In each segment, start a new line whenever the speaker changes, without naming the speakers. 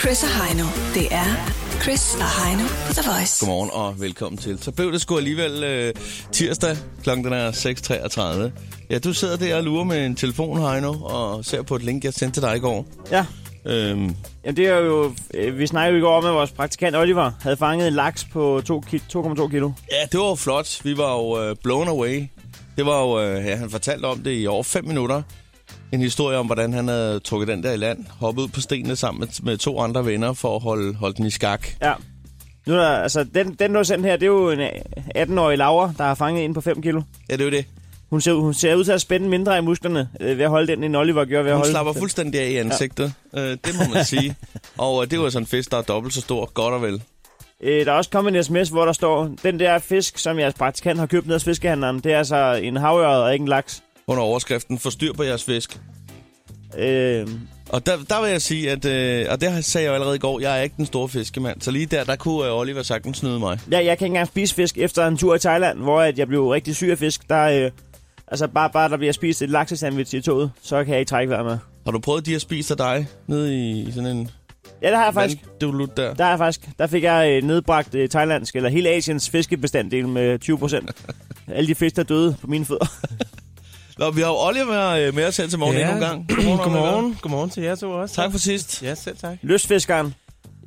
Chris og Heino. Det er Chris og Heino på The Voice.
Godmorgen og velkommen til. Så blev det sgu alligevel øh, tirsdag kl. 6.33. Ja, du sidder der og lurer med en telefon, Heino, og ser på et link, jeg sendte til dig i går.
Ja,
Øhm,
Jamen, det er jo... øh, Vi snakkede jo i går om, at vores praktikant Oliver havde fanget en laks på to ki- 2,2 kilo.
ja, det var jo flot. Vi var jo øh, blown away. Det var jo, øh, ja, han fortalte om det i over 5 minutter. En historie om, hvordan han havde trukket den der i land, hoppet ud på stenene sammen med, med to andre venner for at holde, holde den i skak.
Ja. Nu er der, altså, den, den du har sendt her, det er jo en øh, 18-årig Laura, der har fanget en på 5 kilo.
Ja, det er jo det.
Hun ser, hun ser ud til at spænde mindre i musklerne øh, ved at holde den, end Oliver gjorde ved at
Hun
holde
slapper
den.
fuldstændig af i ansigtet. Ja. Øh, det må man sige. og øh, det var sådan en fisk, der er dobbelt så stor, godt og vel.
Øh, der er også kommet en sms, hvor der står, den der fisk, som jeres praktikant har købt ned hos fiskehandleren, det er altså en havørred og ikke en laks.
under overskriften Forstyr på jeres fisk.
Øh,
Og der, der vil jeg sige, at, øh, og det sagde jeg jo allerede i går, jeg er ikke den store fiskemand. Så lige der, der kunne øh, Oliver sagtens snyde mig.
jeg, jeg kan ikke engang spise fisk efter en tur i Thailand, hvor at jeg blev rigtig syg af fisk. Der, øh, altså bare, bare der bliver spist et laksesandwich i toget, så kan jeg ikke trække vejret med.
Har du prøvet, at de har spist af dig nede i, i sådan en
Ja, det har jeg faktisk.
vanddulut der?
Der er jeg faktisk. Der fik jeg øh, nedbragt øh, thailandsk, eller hele Asiens fiskebestanddel med 20 procent. Alle de fisk, der døde på mine fødder.
Nå, vi har jo Oliver øh, med os her til morgen ja. endnu en gang.
Godmorgen.
Oliver.
Godmorgen. Godmorgen til jer to også.
Tak for sidst.
Ja, selv tak.
Løsfiskeren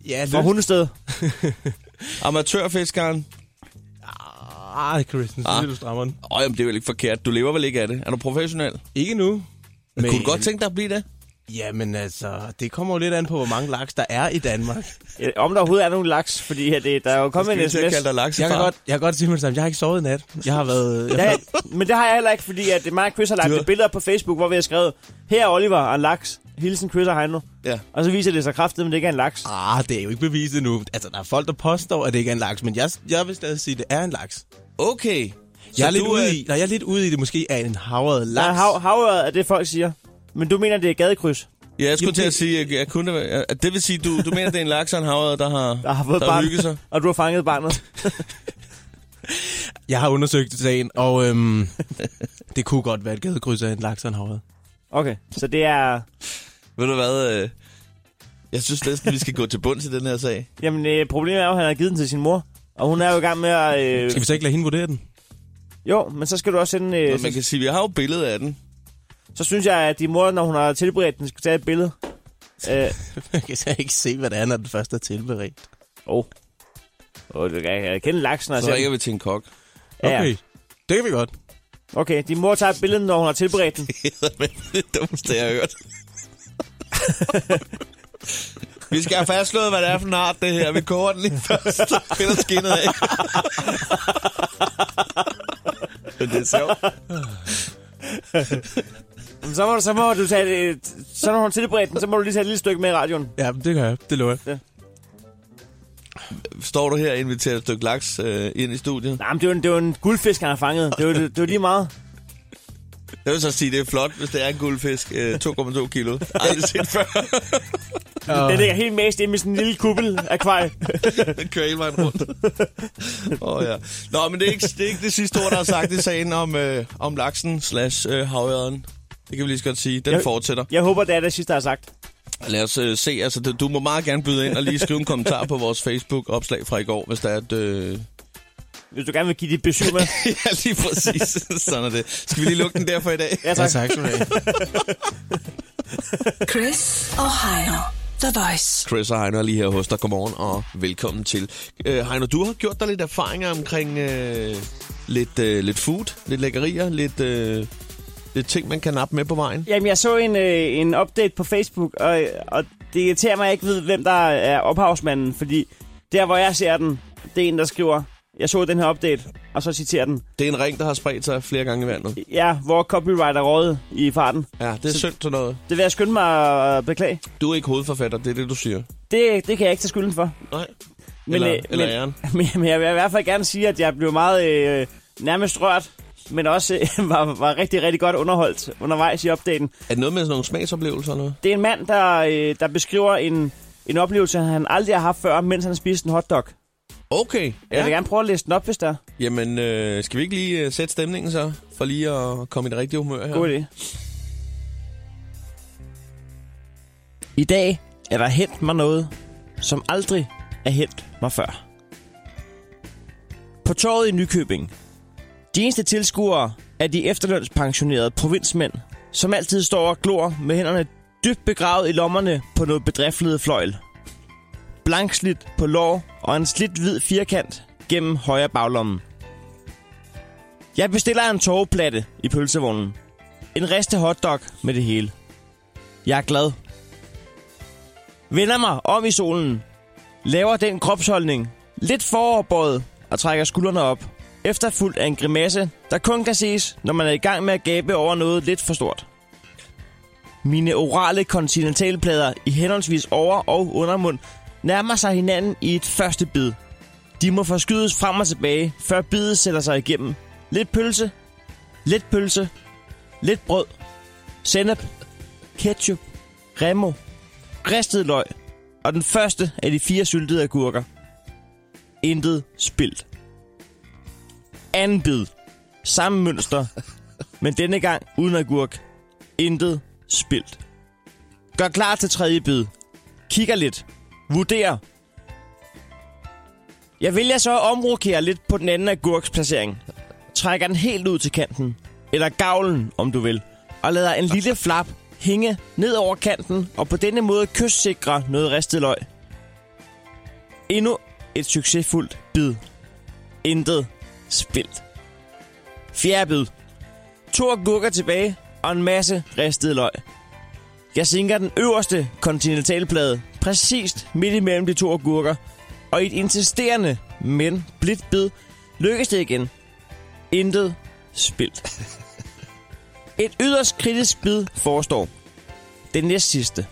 Ja,
fra Hundested.
Amatørfiskeren.
Ah, Christian, så
Ah.
ah. du strammer den.
Åh, jamen, det er vel ikke forkert. Du lever vel ikke af det? Er du professionel?
Ikke nu.
Men... Kunne du godt tænke dig at blive det?
Jamen altså, det kommer jo lidt an på, hvor mange laks der er i Danmark.
Ja, Øh, Om der overhovedet er nogen laks, fordi her, det, der er jo kommet en
Skal vi til at
sms.
kalde dig laksefar?
Jeg kan, godt, jeg kan godt sige med det samme, jeg har ikke sovet i nat. Jeg har været... Jeg
Ja,
har,
ja, men det har jeg heller ikke, fordi at øh, mig og Chris har lagt
Du-
et billede op på Facebook, hvor vi har skrevet, her er Oliver og en laks, hilsen Chris og Heino.
Ja.
Og så viser det sig kraftigt, men det ikke er en laks.
ah, det er jo ikke bevist endnu. Altså, der er folk, der påstår, at det ikke er en laks, men jeg, jeg vil stadig sige, at det er en laks.
Okay.
Jeg er, lidt
du, øh,
ude i, nej, jeg er lidt ude i, det måske er en havret
Der
laks.
er hav, havøret, er det folk siger. Men du mener, det er gadekryds,
Ja, jeg skulle
Jamen,
til
det-
at sige, at jeg kunne... At det vil sige, du, du mener, det er en laks og en havred, der har,
der har fået
der
barn,
hygget sig?
og du har fanget barnet.
Jeg har undersøgt sagen, og øhm, det kunne godt være et gadekryds af en laks og en havret.
Okay, så det er...
Ved du hvad? øh, Jeg synes næsten, vi skal gå til bunds i den her sag.
Jamen, øh, problemet er jo, at han har givet den til sin mor. Og hun er jo i gang med at... Øh,
Skal vi så ikke lade hende vurdere den?
jo, men så skal du også sende...
Men
Øh,
man
så,
kan sige, at vi har jo et billede af den.
så synes jeg, at din mor, når hun har tilberedt den, skal tage et billede. Øh,
Jeg kan så ikke se, hvad det er, når den første er tilberedt.
Åh. Åh, du kan jeg kende laksen.
Så
Altså.
ringer vi til en kok.
Ja,
Okay,
ja.
det kan vi godt.
okay, din mor tager et billede, når hun har tilberedt den.
det er det dummeste, jeg har hørt. vi skal have fastslået, hvad det er for en art, det her. Vi koger den lige først, så finder skinnet af. Men det er sjovt.
Men så må, så må du tage det, et- så når hun har tilberedt den, så må du lige tage et lille stykke med i radioen.
Ja, det gør jeg. Det lover jeg.
Står du her og inviterer et stykke laks øh, ind i studiet?
Nej, men det er jo en, det er jo en guldfisk, han har fanget. Det er jo, det, det er jo lige meget.
Jeg vil så sige, det er flot, hvis det er en guldfisk. Øh, 2,2 kilo. Aldrig set før.
Den ligger helt mest inde i sådan en lille kuppel akvarie.
Den kører hele vejen rundt. Åh oh, ja. Nå, men det er, ikke, det er ikke det sidste ord, der er sagt i sagen om, øh, om laksen slash øh, havøren. Det kan vi lige så godt sige. Den
Jeg-
fortsætter.
Jeg håber, det er det sidste, jeg har sagt.
Lad os øh, se. Altså, det, du må meget gerne byde ind og lige skrive en kommentar på vores Facebook-opslag fra i går, hvis der er et... Øh...
Hvis du gerne vil give dit besøg med.
ja, lige præcis. Sådan er det. Skal vi lige lukke den der for i dag?
Ja, tak.
tak skal du have.
Chris og Heino. The Voice.
Chris og Heino er lige her hos dig. Godmorgen og velkommen til. Øh, Heino, du har gjort dig lidt erfaringer omkring øh, lidt, øh, lidt food, lidt lækkerier, lidt, øh, lidt ting, man kan nappe med på vejen.
Jamen, jeg så en, øh, en update på Facebook, og, og det irriterer mig, at jeg ikke ved, hvem der er ophavsmanden, fordi der, hvor jeg ser den, det er en, der skriver, jeg så den her update, og så citerer den.
Det er en ring, der har spredt sig flere gange i vandet.
Ja, hvor copyright er rådet i farten.
Ja, det er synd sådan noget.
Det vil jeg skynde mig at beklage.
Du er ikke hovedforfatter, det er det, du siger.
Det, det kan jeg ikke tage skylden for.
Nej.
Men,
Eller-
øh,
eller
men,
æren.
Men, men jeg vil i hvert fald gerne sige, at jeg blev meget øh, nærmest rørt, men også øh, var, var rigtig, rigtig godt underholdt undervejs i opdaten.
Er det noget med sådan nogle smagsoplevelser eller noget?
Det er en mand, der, øh, der beskriver en, en oplevelse, han aldrig har haft før, mens han spiste en hotdog. Ja.
Okay.
Jeg vil
Ja.
gerne prøve at læse den op, hvis der er
Jamen, øh, skal vi ikke lige øh, sætte stemningen så? For lige at komme i det rigtige humør her.
god idé. I dag er der hent mig noget. som aldrig er hældt mig før. På torvet i Nykøbing. De eneste tilskuere er de efterlønspensionerede provinsmænd, som altid står og glor med hænderne dybt begravet i lommerne på noget bedriftet fløjl. Blankslidt på lår og en slidt hvid firkant gennem højre baglommen. Jeg bestiller en tågeplatte i pølsevognen. En riste hotdog med det hele. Jeg er glad. Vender mig om i solen. Laver den kropsholdning. Lidt foroverbøjet og trækker skuldrene op. Efterfuldt af en grimasse, der kun kan ses, når man er i gang med at gabe over noget lidt for stort. Mine orale kontinentalplader i henholdsvis over- og undermund nærmer sig hinanden i et første bid. De må forskydes frem og tilbage, før bidet sætter sig igennem. Lidt pølse, lidt pølse, lidt brød, sennep, ketchup, remo, ristet løg og den første af de fire syltede agurker. Intet spildt. Anden bid. Samme mønster, men denne gang uden agurk. Intet spildt. Gør klar til tredje bid. Kigger lidt. Vurderer. Jeg vælger så at omrokere lidt på den anden agurks placering. Trækker den helt ud til kanten. Eller gavlen, om du vil. Og lader en lille flap hænge ned over kanten, og på denne måde kystsikre noget ristet løg. Endnu et succesfuldt bid. Intet spildt. Fjerde bid. To agurker tilbage, og en masse ristet løg. Jeg sinker den øverste kontinentalplade præcist midt imellem de to agurker, og i et insisterende, men blidt bid, lykkes det igen. Intet spildt. Et yderst kritisk bid forestår. Det næst sidste.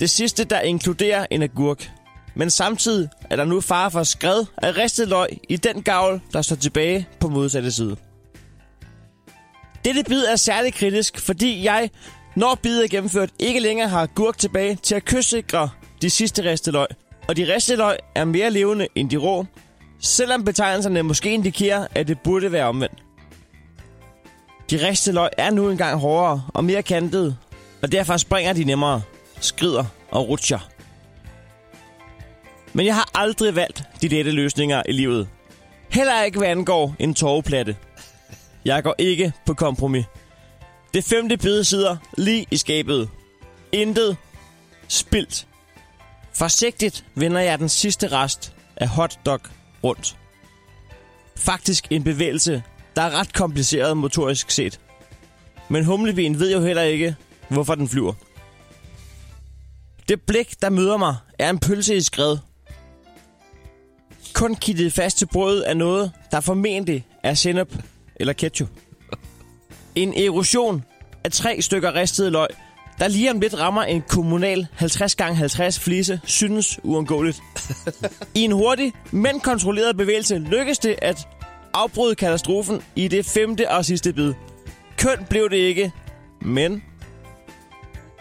Det sidste, der inkluderer en agurk. Men samtidig er der nu fare for skred af ristet løg i den gavl, der står tilbage på modsatte side. Dette bid er særligt kritisk, fordi jeg, når bidet er gennemført, ikke længere har gurk tilbage til at kystsikre de sidste risteløg. Og de risteløg er mere levende end de rå, selvom betegnelserne måske indikerer, at det burde være omvendt. De risteløg er nu engang hårdere og mere kantede, og derfor springer de nemmere, skrider og rutscher. Men jeg har aldrig valgt de lette løsninger i livet. Heller ikke hvad angår en tårveplatte. Jeg går ikke på kompromis. Det femte bid sidder lige i skabet. Intet spildt. Forsigtigt vender jeg den sidste rest af hotdog rundt. Faktisk en bevægelse, der er ret kompliceret motorisk set. Men humlebien ved jo heller ikke, hvorfor den flyver. Det blik, der møder mig, er en pølse i skred. Kun kittet fast til brødet er noget, der formentlig er sennep eller ketchup. En erosion af tre stykker ristede løg, der lige om lidt rammer en kommunal 50x50 flise, synes uundgåeligt. I en hurtig, men kontrolleret bevægelse lykkes det at afbryde katastrofen i det femte og sidste bid. Kønt blev det ikke, men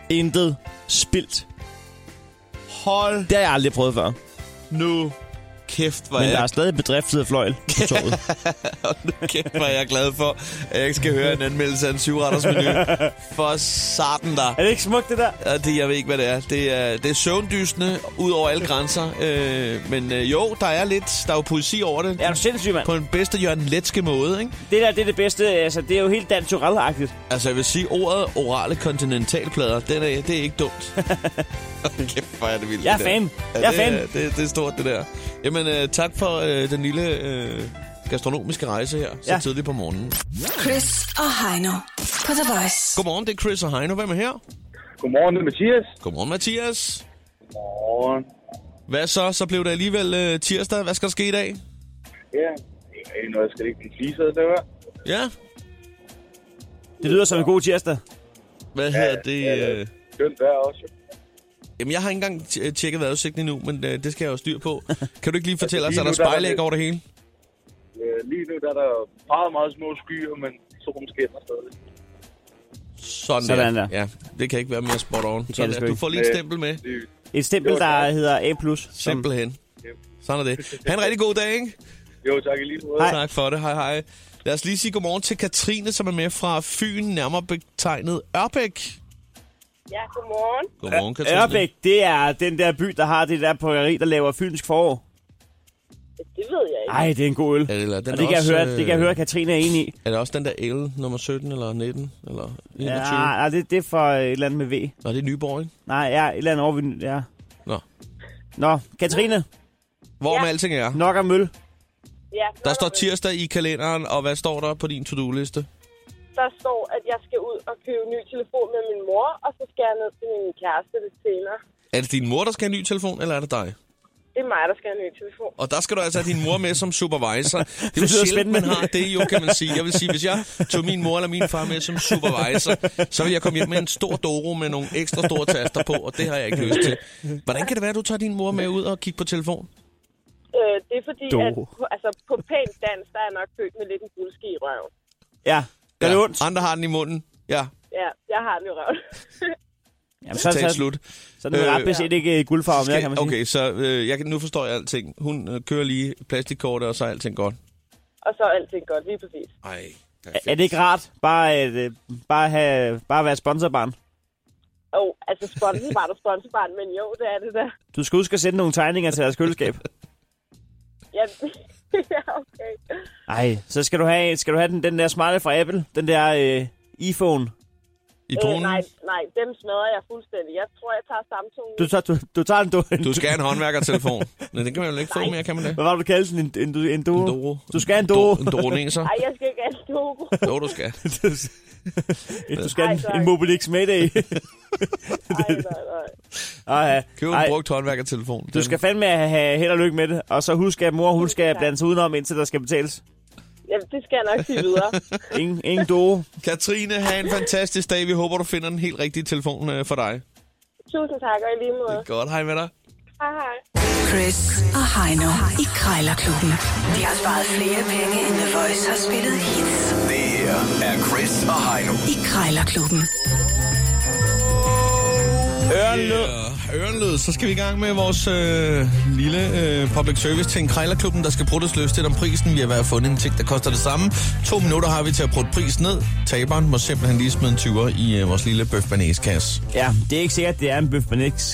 intet spildt.
Hold
Det har jeg aldrig prøvet før,
nu kæft, hvor
men der er
jeg,
stadig bedriftet fløjl på toget.
kæft, hvor jeg er glad for, at jeg ikke skal høre en anmeldelse af en syvretters menu. For sarten der.
er det ikke smukt, det der?
Ja, det, jeg ved ikke, hvad det er. Det er, det er søvndysende, ud over alle grænser. Øh, men øh, jo, der er lidt, der er jo poesi over det.
Er du sindssyg, mand?
På en bedste Jørgen Letske måde, ikke?
Det der, det er det bedste. Altså, det er jo helt Dan Turell-agtigt.
Altså, jeg vil sige, ordet orale kontinentalplader, den er, det er ikke dumt. Kæft, hvor er det vildt.
Jeg er
det der.
fan.
Ja,
Jeg er
det
fan.
Det, det er stort, det der. Jamen, øh, tak for øh, den lille øh, gastronomiske rejse her, så
Ja.
ja. tidligt på morgenen.
Chris og Heino på The Voice.
Godmorgen, det er Chris og Heino. Hvem er her?
Godmorgen, det er Mathias.
Godmorgen, Mathias.
Godmorgen.
Hvad så? Så blev det alligevel øh, tirsdag. Hvad skal der ske i dag?
Ja, det er ikke noget, jeg skal ikke blive fliset, det var.
Ja,
Det lyder som en god tirsdag.
hvad ja, hedder det?
ja,
øh,
Skønt vejr også. jo.
Jamen, jeg har ikke engang t- øh, tjekket vejrudsigten endnu, men øh, det skal jeg jo styr på. Kan du ikke lige fortælle os,
lige
er der
nu, der er
spejlæg
lidt-
over det hele?
Øh, Lige nu der er der meget, meget små skyer, men solen skinner stadig.
Sådan,
Sådan
der.
der.
Ja, det kan ikke være mere spot on. Sådan
det
der.
sgu
Du
ikke.
får
Øh,
lige et stempel med.
Det er-
Et stempel,
Det var
der
dejligt.
hedder A+. Som,
Simpelthen. Sådan er det. Ha' en rigtig god dag, ikke?
Jo, tak i lige måde.
Hej.
Tak for det. Hej, hej. Lad os lige sige godmorgen til Katrine, som er med fra Fyn, nærmere betegnet Ørbæk.
Ja, godmorgen.
Godmorgen, Katrine.
Ørbæk, det er den der by, der har det der bryggeri, der laver fynsk forår.
Det ved jeg ikke.
Ej, det er en god øl.
Eller den
Og det kan, jeg
også,
høre,
øh,
det kan jeg høre, at Katrine er enig i.
Er det også den der L, nummer 17 eller 19 eller 21?
Ja,
Ja.
nej, det, det er for et eller andet med V.
Nå, det er Nyborg, ikke?
Nej, ja, et eller andet over ved... Ja.
Nå.
Nå, Katrine,
Hvor ja.
Ja.
med alting er.
nok om møl.
Ja,
Der
så-
står tirsdag i kalenderen, og hvad står der på din to-do-liste?
Der står, at jeg skal ud og købe ny telefon med min mor, og så skal jeg ned til min kæreste lidt senere.
Er det din mor, der skal have en ny telefon, eller er det dig?
Det er mig, der skal have en ny telefon.
Og der skal du altså have din mor med som supervisor. Det er jo
lyder
sjældent,
spændende.
man har det jo, kan man sige. Jeg vil sige, hvis jeg tog min mor eller min far med som supervisor, så vil jeg komme hjem med en stor doro med nogle ekstra store taster på, og det har jeg ikke lyst til. Hvordan kan det være, at du tager din mor med ud og kigger på telefon?
Øh, det er fordi,
Dog.
at på, altså, på pænt dans, der er jeg nok født med lidt en guldski i røven.
Ja, gør det ondt?
Andre har den i munden. Ja,
Ja, jeg har den i røven.
Jamen, så,
tag
så,
slut.
så er den
Øh,
ret beset ikke øh, guldfarve mere, kan man sige.
Okay, så øh, jeg, kan- nu forstår jeg alting. Hun øh, kører lige plastikkortet, og så er alting godt.
og så er alting godt, lige præcis.
Ej,
Er det ikke rart bare at, øh, bare have, bare at være sponsorbarn?
Og altså sponsorbart og sponsorbart, men jo, det er det der.
Du skal huske at sende nogle tegninger til deres køleskab.
Ja, ja okay. Øh,
Ej, så skal du have, skal du have den, den der smarte fra Apple, den der øh, iPhone.
I
Øh,
dronen?
nej, nej, dem smadrer jeg fuldstændig. Jeg tror, jeg tager Samsung.
Du, tager, du, du tager en, du, en
Du skal have en håndværkertelefon. Nej, den kan man jo ikke få mere, kan man det?
Hvad var det, du kaldte den? En, en, en, duo?
En Doro.
Du skal have en
Do-
duo.
En doroneser.
Ej, jeg skal ikke have en logo.
Jo, du skal.
du skal
Ej,
have en,
sorry.
en Mobilix Mayday.
Ej, nej, nej.
Ej, ja.
Køb en
Ej,
brugt håndværkertelefon.
Du skal fandme have held og lykke med det. Og så husk, at mor hun skal blande sig udenom, indtil der skal betales.
Jamen, det skal jeg nok sige videre.
Ingen, ingen duo.
Katrine, have en fantastisk dag. Vi håber, du finder den helt rigtige telefon øh, for dig.
Tusind tak, og i lige måde.
Godt, hej med dig.
Hej, hej.
Chris og Heino i Krejlerklubben. De har sparet flere penge, end The Voice har spillet hits
Det her er Chris og Heino.
i Krejlerklubben.
Ørenlød. Ørenlød. Så skal vi i gang med vores øh, lille øh, public service til en krejlerklubben, der skal bruttes løs lidt om prisen. Vi har været fundet en ting, der koster det samme. To minutter har vi til at brutte prisen ned. Taberen må simpelthen lige smide en 20'er i øh, vores lille bøf kasse.
Ja, det er ikke sikkert, at det er en bøf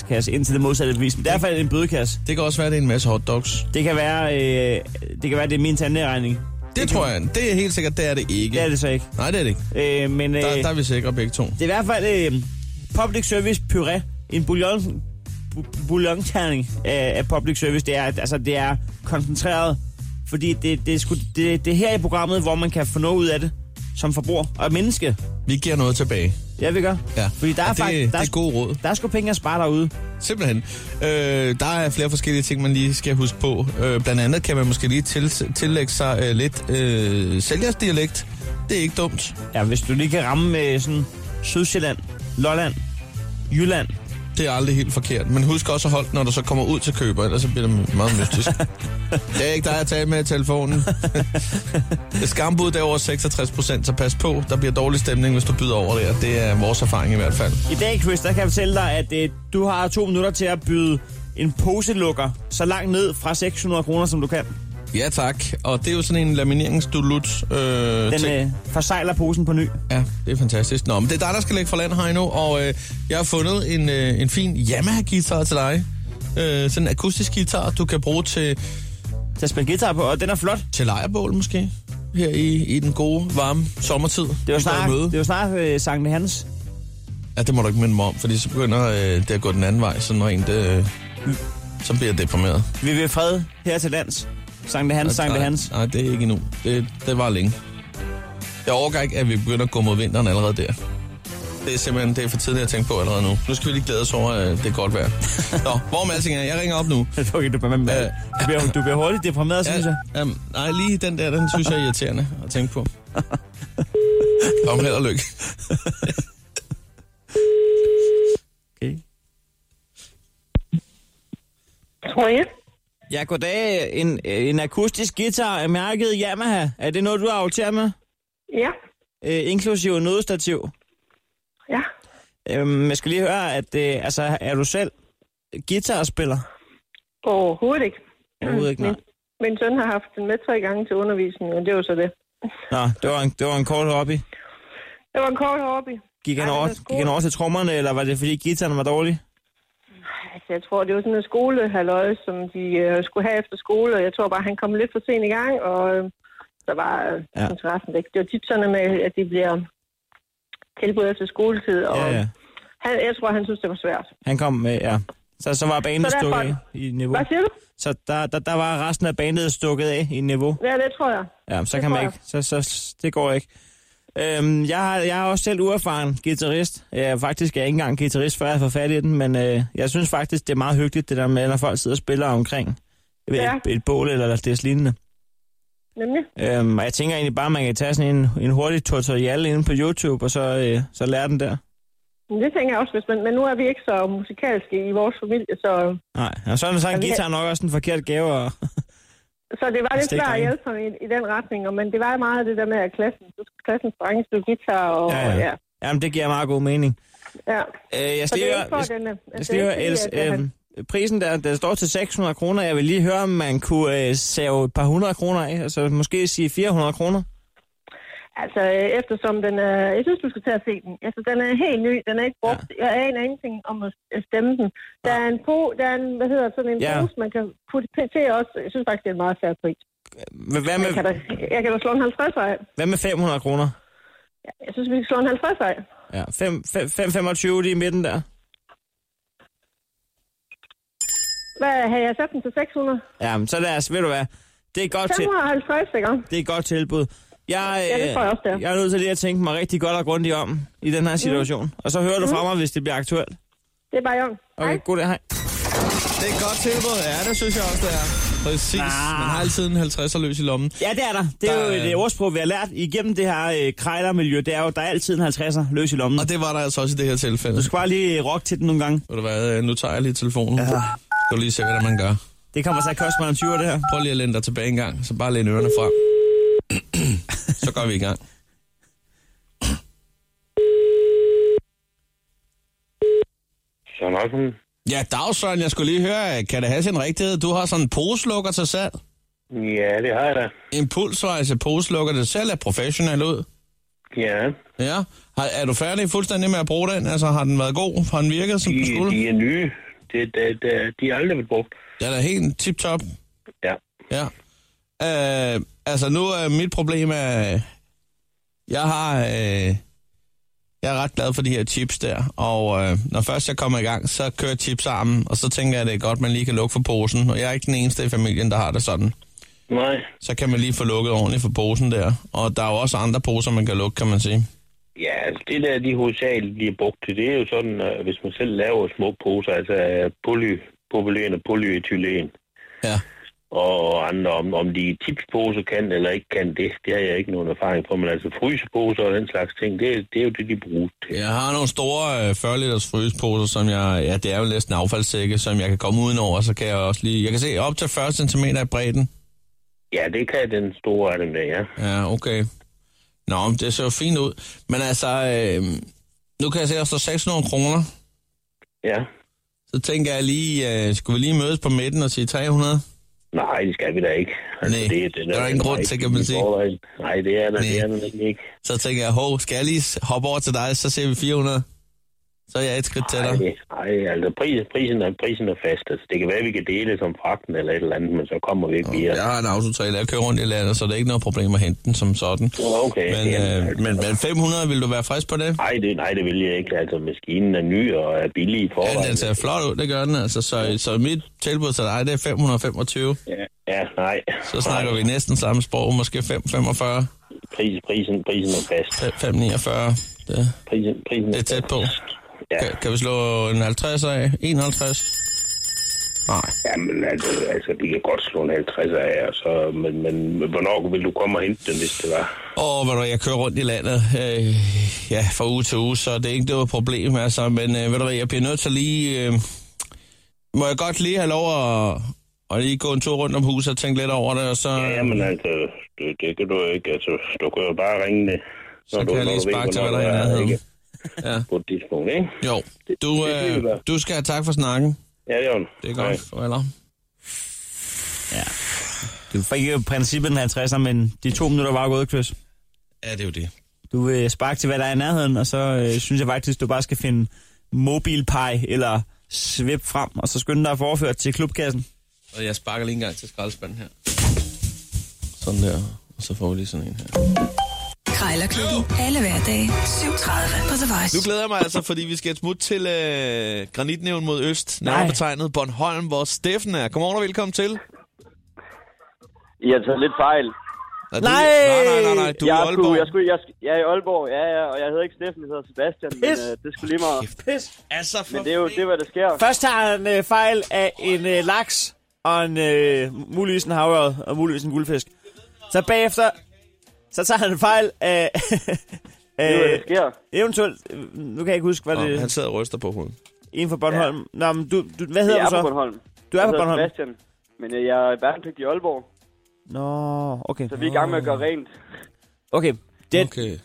kasse indtil det modsatte bevis. Men derfor er det en bødekasse.
Det kan også være, at det er en masse hotdogs.
Det kan være, øh, det kan være, det er min tandlægeregning.
Det tror jeg. Det er helt sikkert, det er det ikke.
Det er det så ikke.
Nej, det er det ikke.
Øh, men øh,
Der, der er vi sikre begge to.
det er i hvert fald øh, public service puré. En bouillon, bu- bouillon-terning af, af public service. Det er, altså, det er koncentreret. Fordi det, det, er sgu, det, det er her i programmet, hvor man kan få noget ud af det som forbruger og menneske.
Vi giver noget tilbage.
Ja, vi gør.
Ja.
Fordi der er,
Og det,
faktisk, der,
det er
er, sgu-
gode råd.
der er sgu penge at spare derude.
Simpelthen. Øh, der er flere forskellige ting, man lige skal huske på. Øh, blandt andet kan man måske lige til, tillægge sig øh, lidt øh, sælgersdialekt. Det er ikke dumt.
Ja, hvis du lige kan ramme med sådan Sydsjælland, Lolland, Jylland.
Det er aldrig helt forkert. Men husk også at holde den, når du så kommer ud til køber, ellers så bliver det meget mystisk. det er ikke dig, jeg taler med i telefonen. Skambud der er over 66 procent, så pas på. Der bliver dårlig stemning, hvis du byder over der. Det er vores erfaring i hvert fald.
I dag, Chris, der kan jeg fortælle dig, at øh, du har to minutter til at byde en poselukker så langt ned fra 600 kroner, som du kan.
Ja tak. Og det er jo sådan en lamineringsdulut. Øh,
Den
ting.
øh, forsejler posen på ny.
Ja, det er fantastisk. Nå, men det er dig, der skal lægge for land, Heino, og øh, jeg har fundet en, øh, en fin Yamaha-guitar til dig. Øh, sådan en akustisk guitar, du kan bruge til,
Så spil guitar på, og den er flot.
til lejrebål måske, her i, i den gode, varme sommertid.
Det var
Vi går i
snart,
møde.
det var snart øh, Sankt Hans.
Ja, det må du ikke minde mig om, fordi så begynder øh, det at gå den anden vej, så når en, det, øh, så bliver jeg deprimeret.
Vi vil fred her til lands. Sankt Hans, Sankt Hans.
Nej, det er ikke endnu. Det, det var længe. Jeg overgår ikke, at vi begynder at gå mod vinteren allerede der. Det er simpelthen det er for tidligt at tænke på allerede nu. Nu skal vi lige glæde os over, at det er godt vejr. Nå, hvor med alting er, jeg ringer op nu.
Okay, du, bliver,
Øh,
du, bliver, du bliver hurtigt deprimeret, synes jeg.
Ja, um, nej, lige den der, den synes jeg er irriterende at tænke på. Om held og lykke.
Okay.
Tror jeg?
Ja, goddag. En, øh, en akustisk guitar af mærket Yamaha. Er det noget, du har aftalt med?
Ja,
Øh, inklusive nødstativ.
ja.
Øhm, jeg skal lige høre, at øh, altså, er du selv guitarspiller?
Overhovedet ikke.
Overhovedet ikke, nej.
Min, min søn har haft den med tre gange til undervisning, og det var så det.
Nå, det var en, det var en kort hobby.
Det var en kort hobby.
Gik han,
Ej, den er
over,
sgu-
gik han over til trommerne, eller var det fordi gitaren var dårlig?
Altså, jeg tror, det var sådan en skolehalløj, som de øh, skulle have efter skole, og jeg tror bare, han kom lidt for sent i gang, og øh, så var øh,
Ja.
ja. interessen væk. Det var tit sådan med, at de bliver tilbudt efter skoletid, og
Ja, Mm. ja.
han, jeg tror, han synes, det var svært.
Han kom med, ja. Så, så var
Så
bandet
der er
stukket af
folk.
i niveau.
Hvad siger du?
Så der, der, der var resten af bandet stukket af i niveau.
Ja, det tror jeg.
Ja, så
Det
kan man
tror
ikke. Så, så, det går ikke. Øhm, jeg, har- jeg er også selv uerfaren guitarist. Jeg er faktisk jeg er ikke engang guitarist, før jeg får fat i den, men øh, jeg synes faktisk, det er meget hyggeligt, det der med, når folk sidder og spiller omkring et,
Ja.
et, et bål eller det lignende.
Nemlig.
Øhm, og jeg tænker egentlig bare, at man kan tage sådan en, en hurtig tutorial inde på YouTube, og så, øh, så lære den der.
Men Det tænker jeg også, hvis man, men nu er vi ikke så musikalske i vores familie, så, øh,
Nej, og så er, så er en
Jamen, jeg-
guitar nok også en forkert gave. Og,
så det var lidt
Stik
svært at
drenge.
hjælpe ham i, i den retning. og- Men det var meget det der med, at klassen, så skulle klassens drenge spille guitar, og
Ja, ja.
ja. ja.
jamen, det giver meget god mening.
ja.
Øh, jeg
Så det
skal lige
er ikke
høre,
for, at
jeg,
den, øh,
jeg
altså,
skal lige
det
høre,
er ikke
Els,
fordi, at, øh,
øh, prisen der, der står til 600 kroner. Jeg vil lige høre, om man kunne øh, save et par hundrede kroner af, altså måske sige 400 kroner.
Altså, øh, eftersom den er... Jeg synes, du skal tage og se den. Altså, den er helt ny. Den er ikke brugt. Ja. Jeg aner ingenting om at at stemme den. Der er en po... Der er en, hvad hedder sådan en
Ja.
ja. pose, man kan putte p- til også. Jeg synes faktisk, det er en meget fair pris.
Hvad hvad
Jeg kan
med,
da, jeg kan da slå en 50 af.
hvad med 500 kroner?
Jeg synes, vi skal slå en 50 af.
Ja, 5, 5, 5,25 lige i midten der.
Hvad har jeg sat den til 600?
Ja, men så lad os, ved du hvad, det er et godt til,
550, ikke?
det er et godt tilbud. Jeg,
Ja, det
øh,
tror jeg også, det er.
jeg er nødt til lige at tænke mig rigtig godt og grundigt om i den her situation. Og så
Mm.
hører du fra mig, hvis det bliver aktuelt.
Det er bare jo.
Okay, god dag, hej.
Det er et godt tilbud. Ja, det synes jeg også, det er. Præcis.
Ah.
Man har altid en 50'er løs i lommen.
Ja, det er der. Det er
Der
jo
er-
et øh, ordsprog, vi har lært igennem det her øh, krejlermiljø. Det er jo, der er altid en 50'er løs i lommen.
Og det var der altså også i det her tilfælde.
Du skal bare lige rock til den nogle gange.
Ved du hvad, øh, nu tager jeg lige telefonen. Ja. Du lige se, hvad der man gør.
Det kommer til at koste mig en 20'er, det her.
Prøv lige at læne dig tilbage en gang, så bare læn ørerne frem. så går vi i gang.
Søren Rasmussen.
Ja, dag Søren, jeg skulle lige høre, øh, kan det have sin rigtighed? Du har sådan en poselukker til salg.
Ja, det har jeg da.
Impulsvejse poselukker til salg er professionel ud.
Ja.
Ja. Har, er du færdig fuldstændig med at bruge den? Altså, har den været god? Har den virket, som den
De,
skulle?
de er nye. De, de, de, de er aldrig blevet brugt.
Den er helt tip-top.
Ja.
Ja. Øh, altså, nu er mit problem, at jeg har... Øh, jeg er ret glad for de her chips der, og øh, når først jeg kommer i gang, så kører chipsarmen, og så tænker jeg, at det er godt, man lige kan lukke for posen, og jeg er ikke den eneste i familien, der har det sådan.
Nej.
Så kan man lige få lukket ordentligt for posen der, og der er jo også andre poser, man kan lukke, kan man sige.
Ja, altså det der, de hovedsageligt bliver brugt til, det er jo sådan, øh, hvis man selv laver små poser, altså øh, poly, polypropylen og polyetylen,
Ja.
og andre, om, om de tipsposer kan eller ikke kan det, det har jeg ikke nogen erfaring for, men altså fryseposer og den slags ting, det, det er jo det, de bruger til.
Jeg har nogle store øh, 40 liters fryseposer, som jeg, ja, det er jo næsten affaldssække, som jeg kan komme udenover, så kan jeg også lige, jeg kan se op til 40 cm i bredden.
Ja, det kan den store af dem der, ja.
Ja, okay. Nå, men det ser jo fint ud. Men altså, øh, nu kan jeg se, at der står 600 kroner.
Ja.
Så tænker jeg lige, øh, skulle vi lige mødes på midten og sige 300?
Nej, det skal vi da ikke. Altså,
Nej, der er ingen grund til, kan man sige.
sige. Nej, det er der,
Nej.
det er der nemlig ikke.
Så tænker jeg, hov, skal jeg lige s- hoppe over til dig, så ser vi 400? Så er jeg et skridt tættere.
Nej, nej, altså prisen, prisen, er, prisen er fast. Altså, det kan være, at vi kan dele som fragten eller et eller andet, men så kommer vi ikke videre.
Jeg har en autotrailer, jeg kører rundt i landet, så det er ikke noget problem at hente den som sådan.
Okay.
Men,
jamen,
øh,
altså,
men, men 500, vil du være frisk på det?
Nej, det, nej, det vil jeg ikke. Altså, maskinen er ny og er billig i
Ja,
forvejen.
den ser flot ud, det gør den altså. Så, så mit tilbud til dig, det er 525.
ja, ja, nej.
Så snakker
nej,
vi næsten samme sprog, måske 545,
Pris, prisen, prisen er fast.
549. Det,
Prisen, prisen
det er tæt på.
Ja,
Kan, kan vi slå en 50 af? 51? Nej.
jamen, altså, altså, vi kan godt slå en 50 af, og så, men, men hvornår vil du komme og hente den, hvis det var?
Og ved du, hvad, jeg kører rundt i landet øh, ja, fra uge til uge, så det er ikke noget problem, altså. Men øh, ved du hvad, jeg bliver nødt til lige... Øh, må jeg godt lige have lov at, at lige gå en tur rundt om huset og tænke lidt over det, og så...
Ja, jamen, altså, det, det kan du ikke. Altså, du kan jo bare ringe det.
Så kan jeg lige sparke til, hvad der er i nærheden. Ja.
På et tidspunkt, ikke?
Jo, du,
det kan vi
øh,
være.
du skal have tak for snakken.
Ja, det er jo
Det er godt. Farvel.
Du får ikke i princippet en 50'er, men de to minutter var gået, Chris.
Ja, det er jo det.
Du øh, sparker til, hvad der er i nærheden, og så øh, synes jeg faktisk, du bare skal finde mobilpej eller svip frem, og så skynde dig at forføre til klubkassen.
Og jeg sparker lige en gang til skraldespanden her. Sådan der. Og så får vi lige sådan en her.
Krejlerklubben. Alle hverdage 7.30 på The Voice.
Nu glæder jeg mig altså, fordi vi skal et smut til øh, granitnævn mod øst. Nærmere
Nej.
betegnet Bornholm, hvor Steffen er. Godmorgen og velkommen til.
I har taget lidt fejl.
Er du,
Nej!
nej, nej, nej, nej. Du er
jeg,
i Aalborg.
Skulle, jeg, skulle, jeg, sk- jeg er i Aalborg, ja, ja, og jeg hedder ikke Steffen, jeg hedder Sebastian, men
Pis.
øh, det skulle lige meget.
Altså, for...
Men det er jo det, er, hvad der sker.
Først tager han øh, fejl af en øh, laks og en øh, muligvis en havørred og muligvis en guldfisk. Så bagefter, så tager han fejl af...
Det er jo, hvad
øh,
der sker.
eventuelt, øh, nu kan jeg ikke huske, hvad
Nå, han
det
sidder og ryster på hovedet.
en fra Bornholm. Ja. Nå, men du, du, hvad
Jeg
hedder du
er på
så?
Bornholm. Altså,
Du er
Jeg
på
hedder
Bornholm.
Sebastian, men øh, jeg er værnepligtig i Aalborg,
Nå, okay.
så vi er i gang med at gøre rent.
Okay, det, okay.
Okay.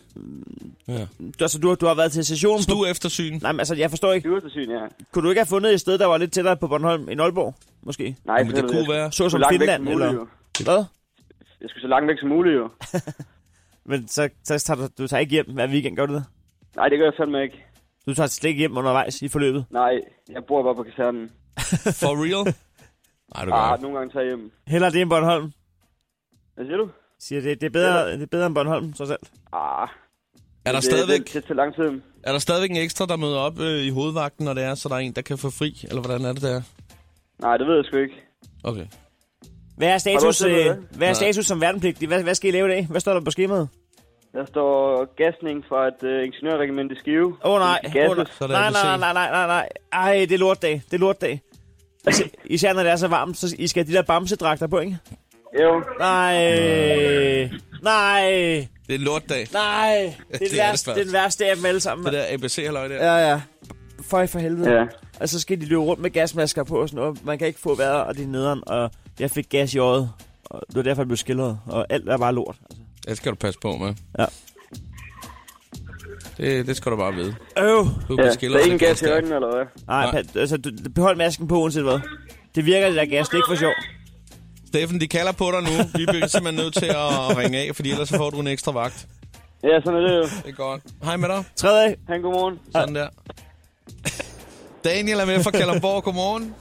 Ja.
Du, altså, du, du har været til session på...
Du eftersyn.
Nej, men altså, jeg forstår ikke.
Dyrestasyn, ja.
Kunne du ikke have fundet et sted, der var lidt tættere på Bornholm end Aalborg, måske?
Nej,
Men det kunne være...
Så som Finland, eller...
Jo.
Hvad?
Jeg skulle så langt væk som muligt, jo.
Men så, så tager du, du tager ikke hjem hver weekend, gør du det?
Nej, det gør jeg fandme ikke.
Du tager slet ikke hjem undervejs i forløbet.
Nej, jeg bor bare på kasernen.
For real? Nej, du
Ah,
gør ikke.
nogle gange tager jeg hjem.
Heller det end Bornholm.
Hvad siger du?
Siger det, det, er bedre, det er bedre end Bornholm, så selv.
Ah,
Er der
det,
stadigvæk...
Det, det, til lang tid.
Er der stadigvæk en ekstra, der møder op øh, i hovedvagten, når det er, så der er en, der kan få fri? Eller hvordan er det der?
Nej, det ved jeg sgu ikke.
Okay.
Hvad er
Har du
status,
også set noget
øh,
af det?
hvad er status som værnepligtig? Hvad, hvad skal I lave i dag? Hvad står der på skemaet?
Der står gasning fra et øh, ingeniørregiment i Skive.
Åh oh, nej.
Som skal
Oh, nej.
gasses.
Så er det
nej,
altså
nej,
sent.
nej, nej, nej, nej. Ej, det er lortdag. Det er lortdag. Især- Især når det er så varmt, så I skal have de der bamsedragter på, ikke?
Jo,
Nej. Nej.
Det er lortdag.
Nej. Det er,
det
det værste,
faktisk.
det er den værste af dem alle sammen.
Det
mand.
der ABC-halløj der.
Ja, ja. Føj for helvede.
ja.
Og så skal de løbe rundt med gasmasker på og sådan noget. Man kan ikke få vejret, og det er nederen. Og jeg fik gas i øjet. Og det var derfor, jeg blev skildret. Og alt er bare lort.
Det skal du passe på med.
Ja.
Det, det skal du bare vide.
Øv.
Du
ja.
ja,
Der er ingen gas i øjnene, eller hvad?
Nej,
Nej.
pa- altså, du, behold masken på, uanset hvad. Det virker, det der gas. Det er ikke for sjov.
Steffen, de kalder på dig nu. Vi bliver simpelthen nødt til at ringe af, fordi ellers så får du en ekstra vagt.
Ja, sådan er det jo.
Det er godt. Hej med dig.
Tredje.
Ha' en god morgen.
Sådan der. Daniel er med fra Kalundborg. Godmorgen.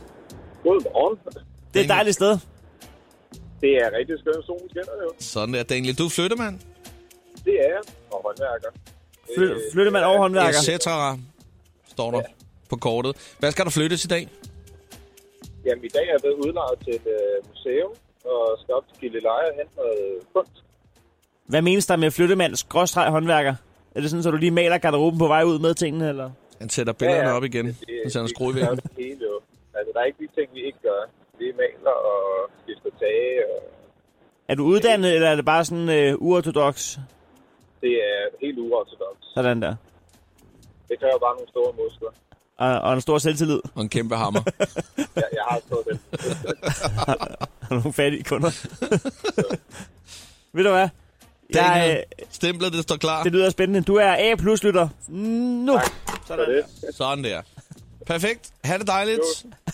God morgen.
Det er et dejligt sted.
Det er rigtig skønt, solen skinner jo.
Sådan der, Daniel. Du er flyttemand.
Det er jeg, og håndværker.
Fly- flytter man over håndværker.
Et cetera, står der på kortet. Hvad skal der flyttes i dag?
Jamen, i dag er jeg blevet udlejet til et øh, museum, og skal op til Gilleleje og hente noget kunst.
Hvad menes der med flyttemand, skråstreg håndværker? Er det sådan, så du lige maler garderoben på vej ud med tingene, eller?
Han sætter billederne
Ja, ja.
op igen. Så ser han skruer i
Det er
væggen.
det hele jo. Altså, der er ikke de ting, vi ikke gør. Vi maler og skifter tage, og
Er du uddannet, eller er det bare sådan øh, uortodox?
det er helt uortodox.
Sådan der.
Det kræver bare nogle store muskler.
Og, og en stor selvtillid.
Og en kæmpe hammer.
Jeg, jeg har stået den.
Og nogle fattige kunder. Ved du hvad? Jeg,
Daniel,
øh,
stemplet, det står klar.
det lyder spændende. Du er A-plus-lytter. Nu!
Så det.
Sådan der. Perfekt. Ha' det dejligt.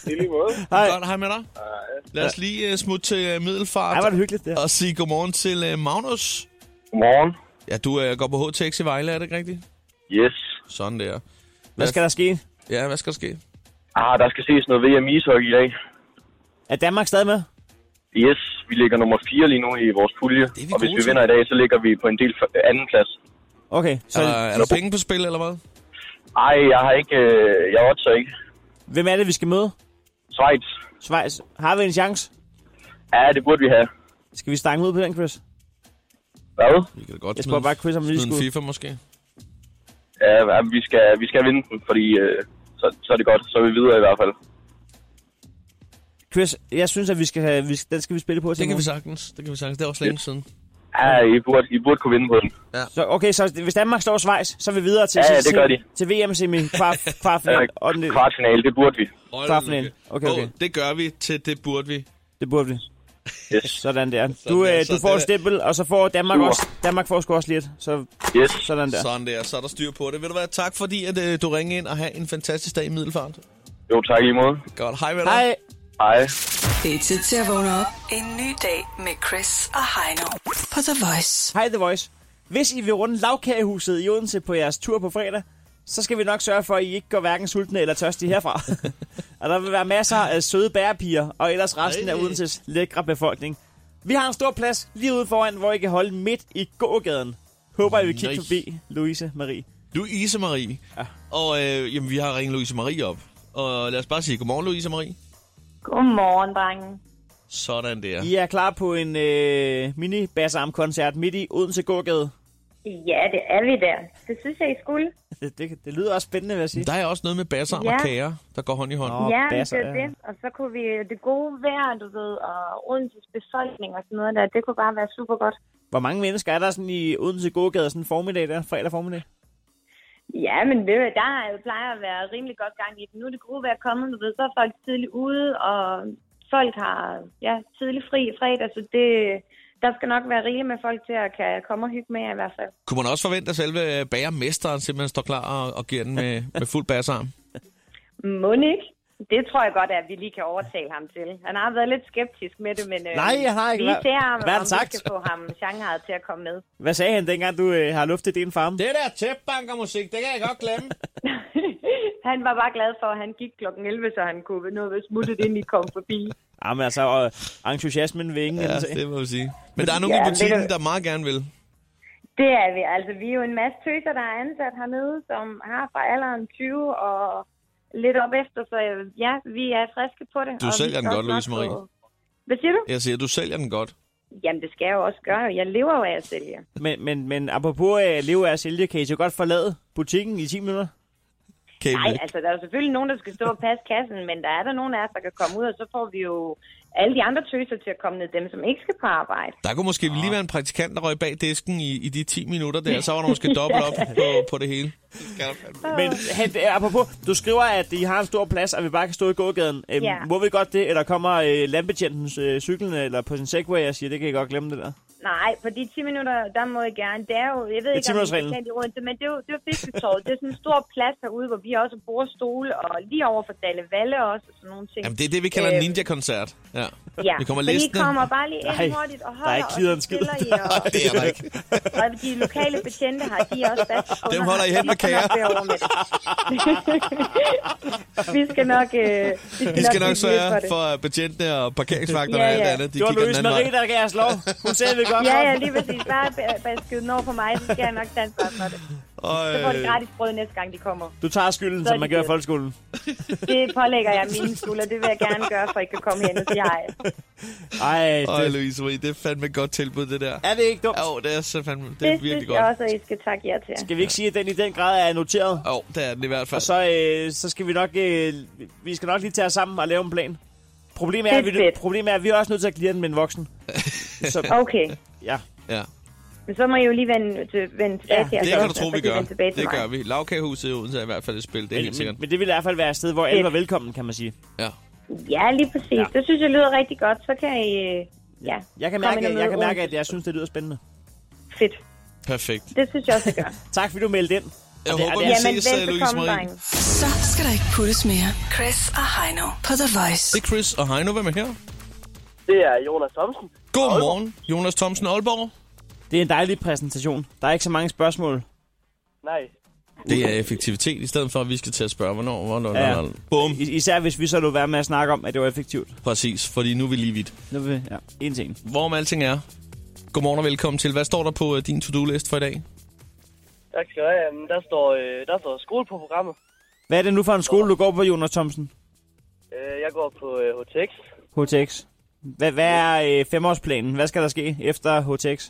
I lige måde.
Hej.
Godt, hej med dig. Lad os lige uh, smutte til uh, Middelfart
Ej, var det hyggeligt, det her.
og sige godmorgen til uh, Magnus.
Godmorgen.
Ja, du uh, går på HTX i Vejle, er det ikke rigtigt?
Yes.
Sådan der.
Hvad skal der ske?
Ja, hvad skal der ske?
Ah, der skal ses noget VM ishockey i dag.
Er Danmark stadig med?
Yes, vi ligger nummer 4 lige nu i vores pulje.
er vi
og hvis
gode
vi
til.
vinder i dag, så ligger vi på en del f- anden plads.
Okay, så
Er der, er der penge på spil, eller hvad?
Ej, jeg har ikke... Øh, jeg otter ikke.
hvem er det, vi skal møde?
Schweiz.
Schweiz. Har vi en chance?
Ja, det burde vi have.
Skal vi stange ud på den, Chris?
Hvad?
Vi kan da godt
Jeg
smide,
spørger bare Chris, om vi lige
smide
skulle...
en FIFA måske.
Ja, ja, vi skal, vi skal vinde den, fordi øh, så, så er det godt. Så er vi videre i hvert fald.
Chris, jeg synes, at vi skal have... Vi, den skal vi spille på til
Det kan
morgen.
vi sagtens. Det kan vi sagtens. Det er også længe siden.
Ja, I burde, I burde kunne vinde på den.
Så, okay, så hvis Danmark slår Schweiz, så er vi videre til,
Ja, ja,
til,
det gør de.
til VM-semi kvar, kvartfinal. og den,
Kvartfinale, det burde vi.
Kvartfinalen. Okay, okay.
Åh, det gør vi til det burde vi.
det burde vi.
Yes.
Sådan der. Du, øh,
der,
du
sådan
får
der.
et stempel, og så får Danmark
Super.
også. Danmark får sgu også lidt. Så,
Yes.
sådan der.
Sådan der. Så er der styr på det. Ved du hvad? Tak fordi at, øh, du ringede ind og have en fantastisk dag i Middelfart.
Jo, tak i lige måde.
Godt. Hej med dig.
Hej.
Hej.
Det er tid til at vågne op. En ny dag med Chris og Heino på The Voice.
Hej The Voice. Hvis I vil runde lavkagehuset i Odense på jeres tur på fredag, så skal vi nok sørge for, at I ikke går hverken sultne eller tørstige herfra. og der vil være masser af søde bærepiger, og ellers resten af Odenses lækre befolkning. Vi har en stor plads lige ude foran, hvor I kan holde midt i gågaden. Håber, I vil kigge
Nice.
forbi, Louise Marie.
Louise Marie. Ja. Og øh, jamen, vi har ringet Louise Marie op. Og lad os bare sige godmorgen, Louise Marie.
Godmorgen, drengen.
Sådan der.
I er klar på en øh, mini koncert midt i Odense Gågade.
Ja, det er vi der. Det synes jeg, I skulle.
Det, det, det lyder også spændende, vil jeg sige.
Der er også noget med basser
Ja.
og kager, der går hånd i hånd.
Nå. Og
ja,
basser,
det er
ja.
det. Og så kunne vi det gode vejr, du ved, og Odenses befolkning og sådan noget der, det kunne bare være super godt.
Hvor mange mennesker er der sådan i Odense Gågade sådan en formiddag der, fredag formiddag?
Ja, men ved du, der er- plejer at være rimelig godt gang i det. Nu er det gode vejr kommet, du ved, så er folk tidligt ude, og folk har ja, tidlig fri fredag, så det, der skal nok være rigeligt med folk til at kan komme og hygge med jer i hvert fald.
Kunne man også forvente, at selve bagermesteren simpelthen står klar og, og giver den med, med fuld basarm?
Må ikke? Det tror jeg godt, at vi lige kan overtale ham til. Han har været lidt skeptisk med det, men øh,
Nej, jeg har ikke.
vi
Hvad-
ser ham,
hvad har
om
han sagt?
vi skal få ham Shanghai til at komme med.
Hvad sagde han, dengang du øh, har luftet din farm?
Det der tæpbankermusik, det kan jeg godt glemme.
han var bare glad for, at han gik klokken 11, så han kunne nå at smutte det, inden I kom forbi.
Jamen altså, og entusiasmen ved ingen
Ja,
ja, det...
det må vi sige. Men der er nogen
Ja,
i
men
butikken,
det-
der meget gerne vil.
Det er vi. Altså, vi er jo en masse tøser, der er ansat hernede, som har fra alderen 20 og lidt op efter, så øh, ja, vi er friske på det.
Du
og vi
sælger den
skal
godt,
også nok
Louise
få- Hvad siger du?
Jeg siger, du sælger den godt.
Jamen, det skal jeg jo også gøre. Jeg lever jo af at sælge.
Men, men, men apropos øh, leve af at sælge, kan I så godt forlade butikken i 10 minutter?
Kan I
Nej,
ikke?
altså der er jo selvfølgelig nogen, der skal stå og passe kassen, men der er der nogen af os, der kan komme ud, og så får vi jo alle de andre tøser til at komme ned, dem som ikke skal på arbejde.
Der kunne måske lige være en praktikant, der røg bag disken i, i de 10 minutter der, så var der måske dobbelt op på, på det hele.
Men hey, øh, apropos, du skriver, at I har en stor plads, og vi bare kan stå i gågaden. Øhm,
Ja.
Må vi godt det, eller kommer øh, landbetjentens øh, cyklen eller på sin segway og siger, det kan I godt glemme det der?
Nej, for de 10 minutter, der må jeg gerne. Det er jo, jeg ved
er
ikke,
10
om
minutters reglen.
det er rundt, men det er jo, det er jo fisketorvet. det er sådan en stor plads herude, hvor vi også bruger stole, og lige over for Dalle Valle også, og sådan nogle ting.
Jamen, det er det, vi kalder en
Øhm,
ninja-koncert. Ja.
Ja,
Vi kommer
så I
listende.
kommer bare lige ind
Nej,
hurtigt og
der er
holder,
ikke gider
og
en
så
skid.
stiller I, og,
Det er der ikke.
og de lokale betjente har de er også fast.
Dem holder I hen med kager.
vi skal nok... Øh,
Vi skal nok
blive glade
sørge for betjentene og parkeringsvagterne
Ja,
og alt
ja.
andet. De
Det var
kigger den
Louise
anden
Marie,
vej.
der gav os lov. Hun sagde, vi godt
Ja,
kom.
ja, lige præcis. Bare b- bare skyd den over på mig, så skal jeg nok danse op for det. Så får
Og,
de
øh,
gratis brød næste gang, de kommer.
Du tager skylden,
Så er
som man
de
gør i
døde.
folkeskolen.
Det pålægger jeg mine skulder. Det vil jeg gerne gøre, for I kan komme hen og sige hej.
Ej,
Øj,
det,
Louise Marie, det er fandme et godt tilbud, det der.
er det ikke dumt?
Jo, det er så fandme, det
Det
er
synes
virkelig
jeg
godt.
også, at I skal takke jer til.
Skal vi ikke sige, at den i den grad er noteret?
Jo, det er den i hvert fald.
Og så, øh, så skal vi nok, øh, vi skal nok lige tage os sammen og lave en plan. Problemet er,
Det
at
er
vi,
fedt.
problemet er, at vi er også nødt til at klire den med en voksen. Så,
Okay,
ja.
Ja.
men så må I jo lige vende, øh, til, vende tilbage
Ja,
til jer.
Det
selv,
kan du
og
tro, vi
så kan I
gør.
vende tilbage til
Det
mig.
gør vi. Lavkagehuset i Odense er i hvert fald et spil, det er
Men,
helt sikkert.
men, men det vil i hvert fald være et sted, hvor alle
Fedt.
var velkommen, kan man sige.
Ja.
Ja, lige præcis.
Ja.
Det synes jeg lyder rigtig godt. Så kan I... øh, Ja,
Jeg kan
komme
mærke,
ind
jeg
og
kan
møde
mærke at
Odense.
jeg synes, det lyder spændende.
Fedt.
Perfekt.
Det synes jeg også, jeg gør.
Tak, fordi du meldte ind.
Jeg
det er-
håber,
det
vi
er-
Jamen,
ses, øh, Louise
velbekomme,
Marie.
drenge.
Så skal der ikke puttes mere. Chris og Heino på The Voice.
Det er Chris og Heino, hvem er her?
Det er Jonas Thomsen.
Godmorgen, Jonas Thomsen Aalborg.
Det er en dejlig præsentation. Der er ikke så mange spørgsmål.
Nej.
Det er effektivitet, i stedet for, at vi skal til at spørge, hvornår, hvornår,
Ja.
hvornår. Bum.
I- Især hvis vi så lå være med at snakke om, at det var effektivt.
Præcis, fordi nu er vi lige vidt.
Nu vil, ja, en ting.
Hvorom alting er, godmorgen og velkommen til. Hvad står der på øh, din to-do-list for i dag?
Tak skal du have. Jamen, der, står, øh, der står skole på programmet.
Hvad er det nu for en skole, du går på, Jonas Thomsen?
Øh, jeg går på øh, HTX.
HTX. Hvad, hvad er øh, femårsplanen? Hvad skal der ske efter HTX?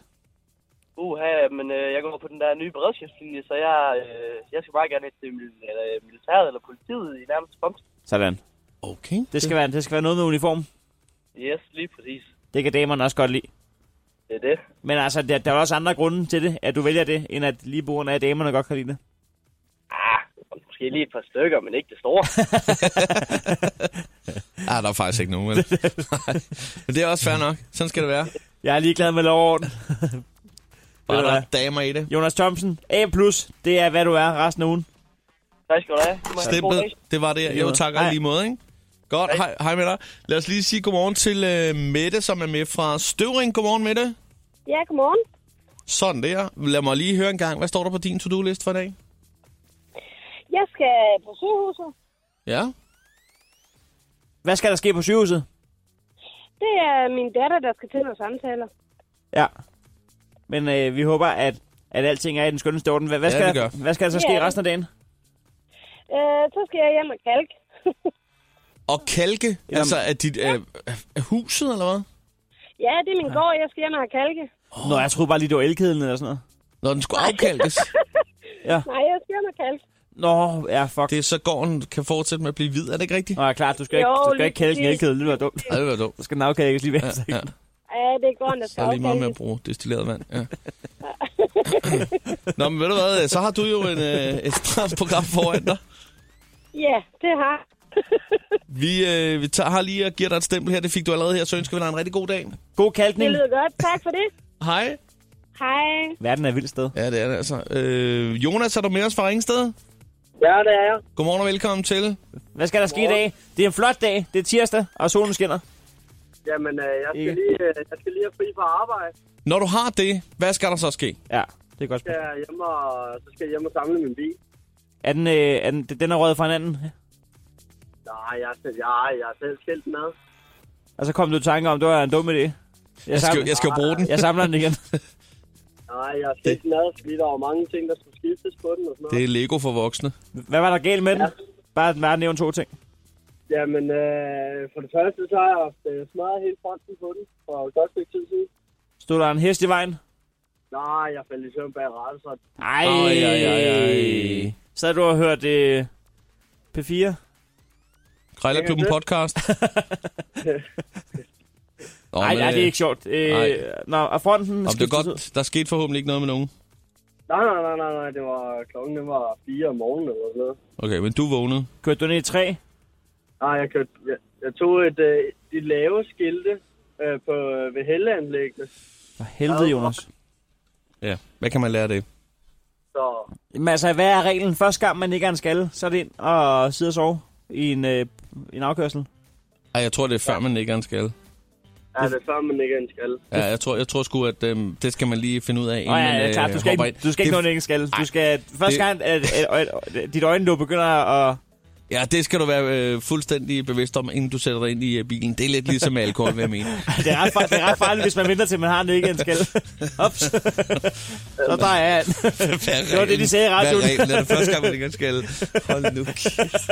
Uha, men øh, jeg går på den der nye beredskabslinje, så jeg, øh, jeg skal meget gerne til mil- eller, øh, militæret eller politiet i nærmest fremtid.
Sådan.
Okay.
Det skal, være, det skal være noget med uniform.
Yes, lige præcis.
Det kan damerne også godt lide.
Det er det.
Men altså, der, der er også andre grunde til det, at du vælger det, end at lige brugerne af at damerne godt kan lide det.
Ah, måske lige et par stykker, men ikke det store.
Ah, der er faktisk ikke nogen, vel? Nej. Men det er også fair nok. Sådan skal det være.
Jeg er ligeglad med lov og orden.
Bare
du
der er
hvad?
damer i det.
Jonas Thomsen, A+, det er, hvad du er resten af ugen.
tak skal du have. Du må have en god dag.
Stemplet, det var det. Jo, tak
Hej.
og i lige måde, ikke? Godt, hej, hej med dig. Lad os lige øh, sige godmorgen til uh, Mette, som er med fra Støvring. Godmorgen, Mette.
Ja, godmorgen.
Sådan der. Lad mig lige høre en gang. Hvad står der på din to-do-list for i dag?
Jeg skal på sygehuset.
Ja.
Hvad skal der ske på sygehuset?
Det er min datter, der skal til nogle samtaler.
Ja. Men øh, vi håber, at, at alting er i den skønneste orden. Hvad, hvad,
Ja,
skal,
det
der,
gør.
hvad skal der så ske
Ja.
resten af dagen?
Øh, så skal jeg hjem og kalke.
Og kalke? Altså, er dit øh, er huset, eller hvad?
Ja, det er min ja. gård. Jeg skal hjem og have kalke.
Oh. Nå, jeg troede bare lige, det var elkedlen eller sådan noget.
Når den skulle afkalkes.
ja.
Nej, jeg skal hjem og kalke.
Nå, ja, fuck.
Det er så gården kan fortsætte med at blive hvid, er det ikke rigtigt?
Nej, klart, du skal ikke,
Jo,
du skal
lige
ikke kalde en
præcis.
elkedel. Det var dumt.
Ja, det var dumt.
Du skal den afkækkes lige ved.
Ja, ja.
Ja, det er gården, der
Så
skal
er det lige meget med at
afkalkes.
bruge destilleret vand. Ja. Nå, men ved du hvad, så har du jo en, øh, et stramt program foran dig.
Ja, det har jeg.
Vi, øh, vi tager, har lige og giver dig et stempel her. Det fik du allerede her, så ønsker vi dig en rigtig god dag.
God
Det
kalkning.
lyder godt. Tak for det.
Hej.
Hej.
Verden er et vildt sted.
Ja, det er det altså. Øh, Jonas, er du med os fra Ringsted?
Ja, det er jeg.
Godmorgen og velkommen til.
Hvad skal der ske i dag? Det er en flot dag. Det er tirsdag, og solen skinner.
Jamen, øh, jeg, skal
Ikke?
lige, øh, jeg skal lige have fri fra arbejde.
Når du har det, hvad skal der så ske?
Ja, det er godt
Jeg
spørgsmål.
skal hjem og, så skal jeg hjem og samle min bil.
Er den, øh, er den, den er røget fra hinanden?
Nej, jeg er selv, jeg, jeg er selv skilt med.
Og så kom du i tanke om, det var en dum idé. Jeg,
Jeg skal, jo- jeg skal jo bruge den.
jeg samler den igen.
Nej, jeg er skilt med, fordi der var mange ting, der skulle skiftes på den og sådan noget.
Det er Lego for voksne.
Hvad var der galt med den? Bare, bare nævne to ting.
Jamen, øh, for det første, så har jeg haft øh, smadret hele fronten på den for et godt stykke tid siden.
Stod der en hest i vejen?
Nej, jeg faldt i søvn bag rettet, så
Ej,
Ej, ej, ej, ej.
Så du og hørt øh, P4?
Krejlerklubben podcast. Nå,
Nej,
men,
nej, det er
øh,
ikke sjovt. Øh,
nej.
nå, og fronten
Om det er
skiftes ud.
godt, der skete forhåbentlig ikke noget med nogen.
Nej, nej, nej, nej, nej, det var klokken, den var 4 om morgenen eller sådan noget.
Okay, men du vågnede.
Kørte du ned i træ?
Nej, jeg, kørte, jeg, jeg tog et, øh, de lave skilte øh, på, øh, ved helleanlæggene,
For helvede, Jonas.
Ja, hvad kan man lære af det?
så
Jamen altså, hvad er reglen? Første gang, man ikke er en skalle, så er det ind og sidde og sove i en, øh, i en afkørsel.
Ej, jeg tror, det er før, man ikke er en skal.
er det før, man ikke er en skal.
Ja, jeg tror, jeg tror sgu, at øhm, det skal man lige finde ud af, inden
Nå ja,
man
ja,
øh,
klart, du skal
hopper
ikke, du skal ikke
det,
nå en engelsk skalle. Du skal, første
Det-
gang, at, at, at, at dit øjenlåg begynder at...
Ja, det skal du være øh, fuldstændig bevidst om, inden du sætter dig ind i øh, bilen. Det er lidt ligesom med alkohol, vil jeg mene.
Det er ret, far- det er ret farligt, hvis man venter til, man har en ikke en skalle. Ops. Så der er jeg den.
det
var det, de sagde i radioen.
Hvad er reglen? Er det første gang, man ikke er en skal? Hold nu kæft.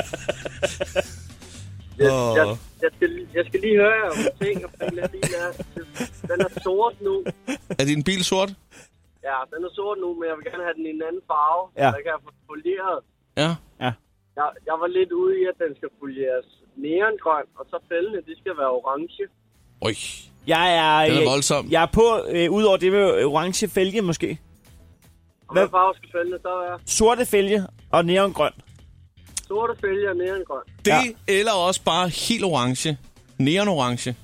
Åh.
Jeg, jeg, skal, lige- jeg skal lige høre jer om ting, og den her bil er, den er sort nu.
Er din bil sort?
Ja, den er sort nu, men jeg vil gerne have den i en anden farve,
Ja.
ja. så jeg kan få den folieret.
Ja.
Jeg, jeg var lidt ude i, at den skal folieres neongrøn, og så fældene, de skal være orange.
Øj,
Jeg er,
den er
jeg,
voldsom.
jeg er på, øh, ud over det med orange fælge måske.
Og hvad
Hvad-
farve skal fældene så være?
Sorte fælge og neongrøn.
Sorte fælge og neongrøn.
Det eller også bare helt orange. Neonorange.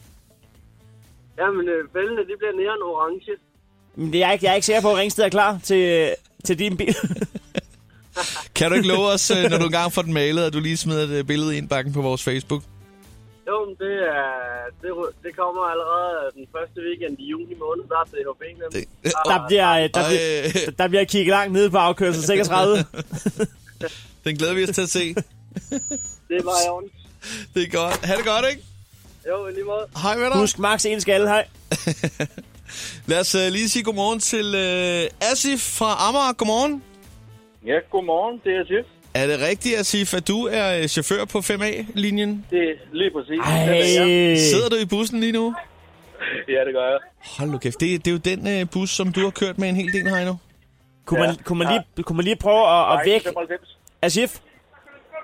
Jamen, øh, fældene, de bliver neon orange.
Men det er jeg, ikke, jeg er ikke sikker på, at Ringsted er klar til, øh, til din bil.
Kan du ikke love os, øh, når du engang får den malet, at du lige smider et øh, billede i indbakken på vores Facebook?
Jo, men det, er, det, det kommer allerede den første weekend i juni måned, der er DHB nemlig.
Der bliver, øh, der, bliver,
Ej,
der bliver kigget langt nede på afkørsel 36.
den glæder vi os til at se.
Det var i orden.
Det er godt. Ha' det godt, ikke?
Jo, i lige måde.
Hej med dig.
Husk max en skalle, hej.
Lad os uh, lige sige godmorgen til uh, Asif fra Amager. Godmorgen.
Ja, godmorgen. Det er Jeff.
Er det rigtigt, Asif, at du er øh, chauffør på 5A-linjen?
Det er lige præcis.
Ej.
Sidder du i bussen lige nu?
Ja, det gør jeg.
Hold nu kæft, det, det er jo den øh, bus, som du har kørt med en hel del, Heino.
Kunne man,
Ja.
kunne man, lige, kunne man lige prøve at, at væk...
95.
Asif,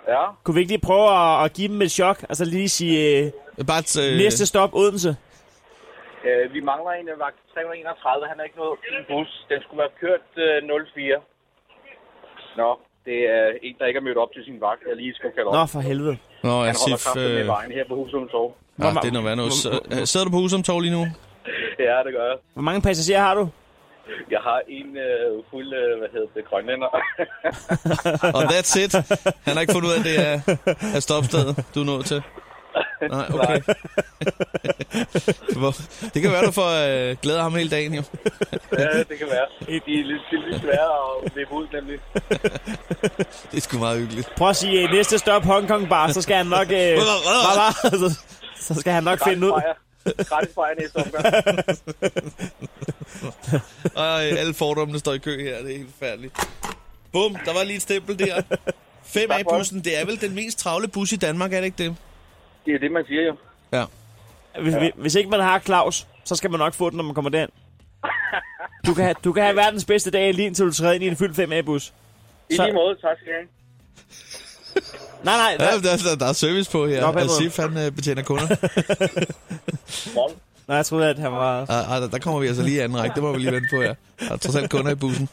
Ja.
kunne vi ikke lige prøve at, at give dem et chok? Altså lige sige, øh,
Bare t, øh,
næste stop, Odense.
Øh, vi mangler en af vagt 331. Han er ikke nået i bus. Den skulle være kørt øh, 04. Nå, det er en, der ikke er mødt op til sin vagt. Jeg lige skal kalde op.
Nå, for helvede.
Nå,
Han holder
Asif,
kraften med
øh,
vejen her på Husum Torv.
ja, det er noget værd noget. Så, øh, Sidder du på Husum Torv lige nu?
Ja, det gør jeg.
Hvor mange passagerer har du?
Jeg har en øh, fuld, øh, hvad hedder det, grønlænder.
Og that's it. Han har ikke fundet ud af, at det er, er stopstedet, du er nået til. Nej, okay. Hvor- det kan være, du får øh, glæde af ham hele dagen, jo.
Ja, det kan være. De er lidt, de er lidt svære at vippe ud, nemlig.
det er sgu meget hyggeligt.
Prøv at sige, øh, næste stop Hongkong Bar, så skal han nok... Øh, så, så skal han nok finde ud.
Gratis fejre næste omgang.
Ej, øh, alle fordommene står i kø her, det er helt færdigt. Bum, der var lige et stempel der. 5 a bussen det er vel den mest travle bus i Danmark, er det ikke det?
Det er det, man siger jo.
Ja.
Hvis, ja. hvis ikke man har Claus, så skal man nok få den, når man kommer derind. Du kan, have- du kan have verdens bedste dag lige indtil du træder ind i en fyldt 5A-bus.
I
Så-
lige måde, tak skal I have.
Nej, nej,
Ja, der, der, der er service på her.
Nå, på den måde.
Alsif, han øh, betjener kunder.
nej, jeg troede, at han var...
Ej, ej, der kommer vi altså lige i anden række. Det må vi lige vente på her. Der er trods alt kunder i bussen.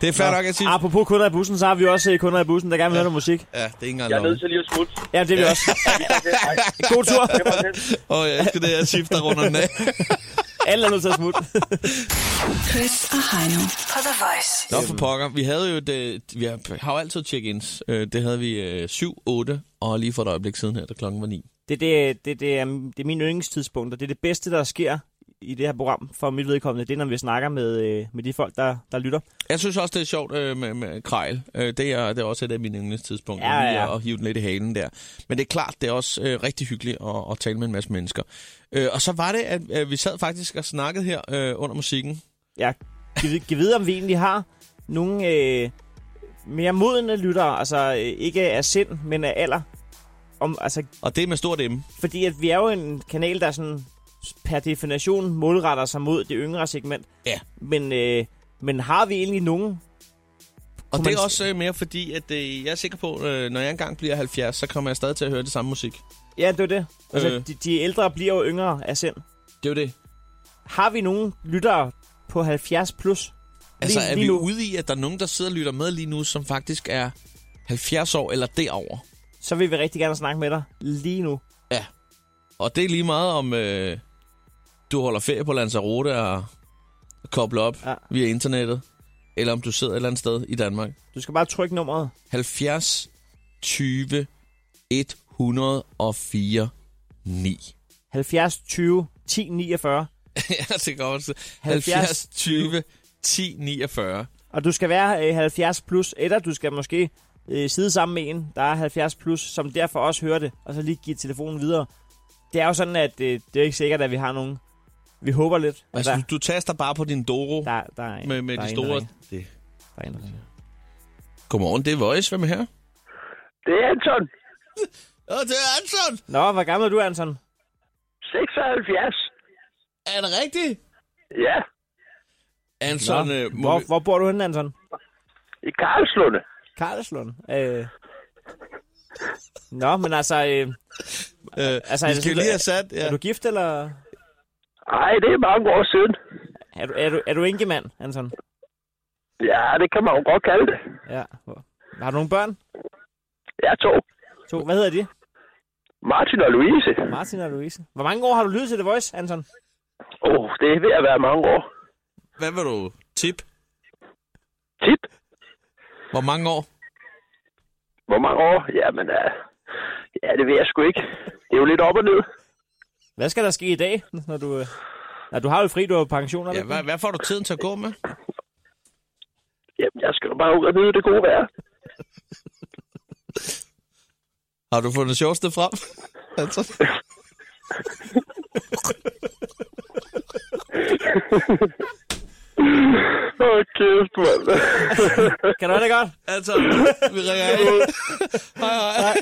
Det er fair nok, Alsif.
Apropos kunder i bussen, så har vi også øh, kunder i bussen, der gerne vil høre noget musik.
Ja, det er ikke engang
Jeg er
løgn.
nødt til lige at smutte.
Ja, det er vi også. God tur.
Åh, oh, jeg elsker det her shift, der runder den af.
Alle er nødt til at smutte.
Chris og Heino på The Voice.
Nå for pokker, vi havde jo det, vi har har jo altid check-ins. Øh, Det havde vi øh, 7, 8 og lige for et øjeblik siden her, da klokken var 9.
Det, det, det, det, er, det er min yndlingstidspunkt, og det er det bedste, der sker i det her program for mit vedkommende. Det er, når vi snakker med, øh, med de folk, der, der lytter.
Jeg synes også, det er sjovt øh, med, med krejl. Øh, det, er, det er også et af mine yndlingstidspunkter,
Ja,
ja, ja.
ja.
at hive den lidt i halen der. Men det er klart, det er også øh, rigtig hyggeligt at, at tale med en masse mennesker. Øh, og så var det, at øh, vi sad faktisk og snakkede her øh, under musikken.
Ja, giv, giv vide, om vi egentlig har nogle øh, mere modne lyttere, altså øh, ikke af sind, men af alder. Om, altså,
Og det er med stort M.
fordi at vi er jo en kanal, der sådan per definition målretter sig mod det yngre segment.
Ja.
Men, øh, men har vi egentlig nogen?
Og
Kunne
det er
man-
også øh, mere fordi, at øh, jeg er sikker på, øh, når jeg engang bliver 70, så kommer jeg stadig til at høre det samme musik.
Ja, det er det. Altså,
Øh.
øh. de, de ældre bliver jo yngre af sind.
Det er jo det.
Har vi nogen lyttere på 70 plus?
Altså, er vi
nu?
ude i, at der er nogen, der sidder og lytter med lige nu, som faktisk er 70 år eller derover?
Så vil vi rigtig gerne snakke med dig lige nu.
Ja. Og det er lige meget om, øh, du holder ferie på Lanzarote og kobler op
Ja.
ja. via internettet, eller om du sidder et eller andet sted i Danmark.
Du skal bare trykke nummeret.
70 20 104 9.
70 20 10 49.
ja, det går også.
70
70 20 10 49.
Og du skal være øh, 70 plus, eller du skal måske øh, sidde sammen med en, der er 70 plus, som derfor også hører det, og så lige give telefonen videre. Det er jo sådan, at øh, det er ikke sikkert, at vi har nogen. Vi håber lidt. at
Altså,
der,
du, du taster bare på din Doro
der, der er en,
med, med
der
de
er en, der
store...
ringer.
Det.
Der er en, der ringer.
Godmorgen, det er Voice. Hvem er her?
Det er Anton.
Ja, det er Anton!
Nå, hvor gammel er du, Anton?
76.
Er det rigtigt?
Ja,
Anton, øh, må
hvor,
vi-
hvor bor du henne, Anton?
i Karlslunde.
Karlslund. Øh. Nå, men altså, øh,
Øh,
Altså,
altså,
er
vi
det
skal jo
sådan,
lige have sat... Ja.
er du gift, eller
Ej, det er mange år siden.
er du, er du, er du enkemand, Anton?
Ja, det kan man jo godt kalde det.
Ja. Hvor- Har du nogle børn?
Jeg to.
To. Hvad hedder de?
Martin og Louise.
Martin og Louise. Hvor mange år har du lyttet til The Voice, Anton?
Åh, oh, det er ved at være mange år.
Hvad vil du? Tip?
Tip.
Hvor mange år?
Hvor mange år? Jamen, uh, ja, det ved jeg sgu ikke. Det er jo lidt op og ned.
Hvad skal der ske i dag, når du... øh, Nej, du har jo fri, du har jo pension,
Ja,
eller
hvad, hvad får du tiden til at gå med?
Jamen, jeg skal jo bare ud og nyde det gode vejr.
Har du fundet sjoveste frem? altså,
Åh, oh, kæft, mand.
Kan du have det godt?
altså, vi ringer af. hej, hej.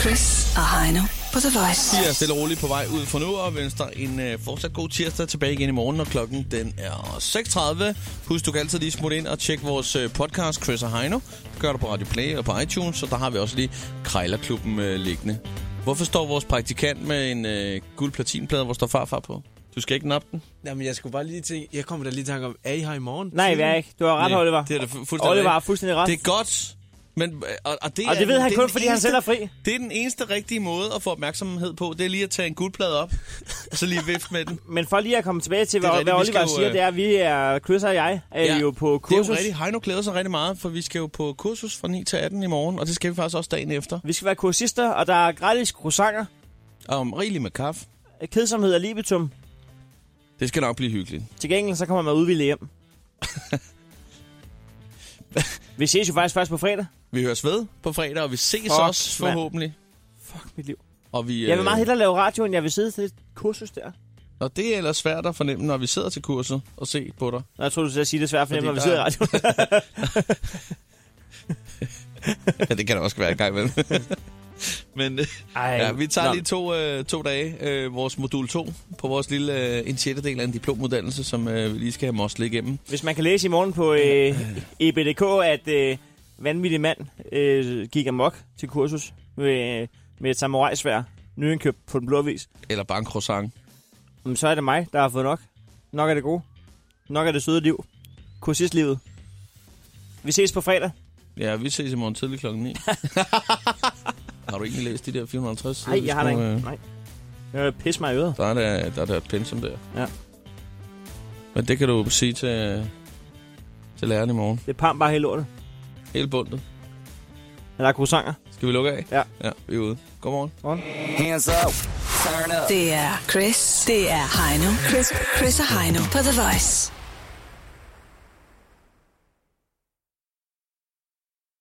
Chris og Heino på The Voice.
Vi er stille og roligt på vej ud for nu, og venstre en øh, fortsat god tirsdag tilbage igen i morgen, når klokken den er 6.30. Husk, du kan altid lige smutte ind og tjekke vores øh, podcast, Chris og Heino. Det gør du på Radio Play og på iTunes, så der har vi også lige Krejlerklubben øh, liggende. Hvorfor står vores praktikant med en øh, guld platinplade, hvor står farfar på? Du skal ikke nappe den?
Jamen, jeg skulle bare lige tænke, jeg kommer da lige i tanke om, er I her i morgen?
Nej, vi er ikke. Du har ret,
Nej,
Oliver.
Det er da fu- fuldstændig
Oliver har
rigtigt.
fuldstændig ret.
Det er godt, Men, øh, og, og, det
Og det
er
ved
den-
han
det er
kun,
den
fordi han
eneste-
selv er fri.
Det er den eneste rigtige måde at få opmærksomhed på. Det er lige at tage en guldplade op, og så lige vifte med den.
Men for lige at komme tilbage til,
Det er
hvad,
rigtigt,
hvad
vi skal
Oliver
jo,
siger,
øh,
det er, at vi er, Chris og jeg, er ja, jo på kursus.
Det er jo rigtigt. Heino glæder sig rigtig meget, for vi skal jo på kursus fra 9 til 18 i morgen, og det skal vi faktisk også dagen efter.
Vi skal være kursister, og der er gratis croissanter.
Om rigeligt med kaffe.
Kedsomhed og libitum.
Det skal nok blive hyggeligt.
Til gengæld så kommer man udvildet hjem. vi ses jo faktisk først på fredag.
Vi høres ved på fredag, og vi ses
Fuck,
også
mand.
forhåbentlig.
Fuck mit liv.
Og vi,
Jeg vil meget
øh,
hellere lave radio, end jeg vil sidde til det kursus der.
Og det er ellers svært at fornemme, når vi sidder til kurset og se på dig.
Nå, jeg tror, du skulle sige det er svært for
Fordi
nemlig, når vi
der
sidder i
er-
radio.
ja, det kan der også være i gang med. Men øh, ja, vi tager lige to, øh, to dage, øh, vores modul 2, på vores lille øh, en sjettedel af en diplomuddannelse, som øh, vi lige skal have moslet igennem.
Hvis man kan læse i morgen på øh, EBDK, at øh, vanvittig mand øh, gik amok til kursus med, med et samurajsvær, nyindkøbt på den blå avis.
Eller bare en croissant.
Jamen, så er det mig, der har fået nok. Nok er det gode. Nok er det søde liv. Kursistlivet. Vi ses på fredag.
Ja, vi ses i morgen tidlig klokken 9. har du egentlig læst de der 450 sider,
Nej,
vi
jeg har da
skulle,
ikke.
øh,
Nej. Jeg vil pisse mig i øret.
Der er der, der, er der et pensum der.
Ja.
Men det kan du sige til, til læreren i morgen.
Det er pam bare hele lortet.
Hele bundet.
Er der croissanter?
Skal vi lukke af?
Ja.
Ja, vi er ude. Godmorgen.
Godmorgen.
Hands up. Turn up.
Det er Chris. Det er Heino. Chris, Chris og Heino på The Voice.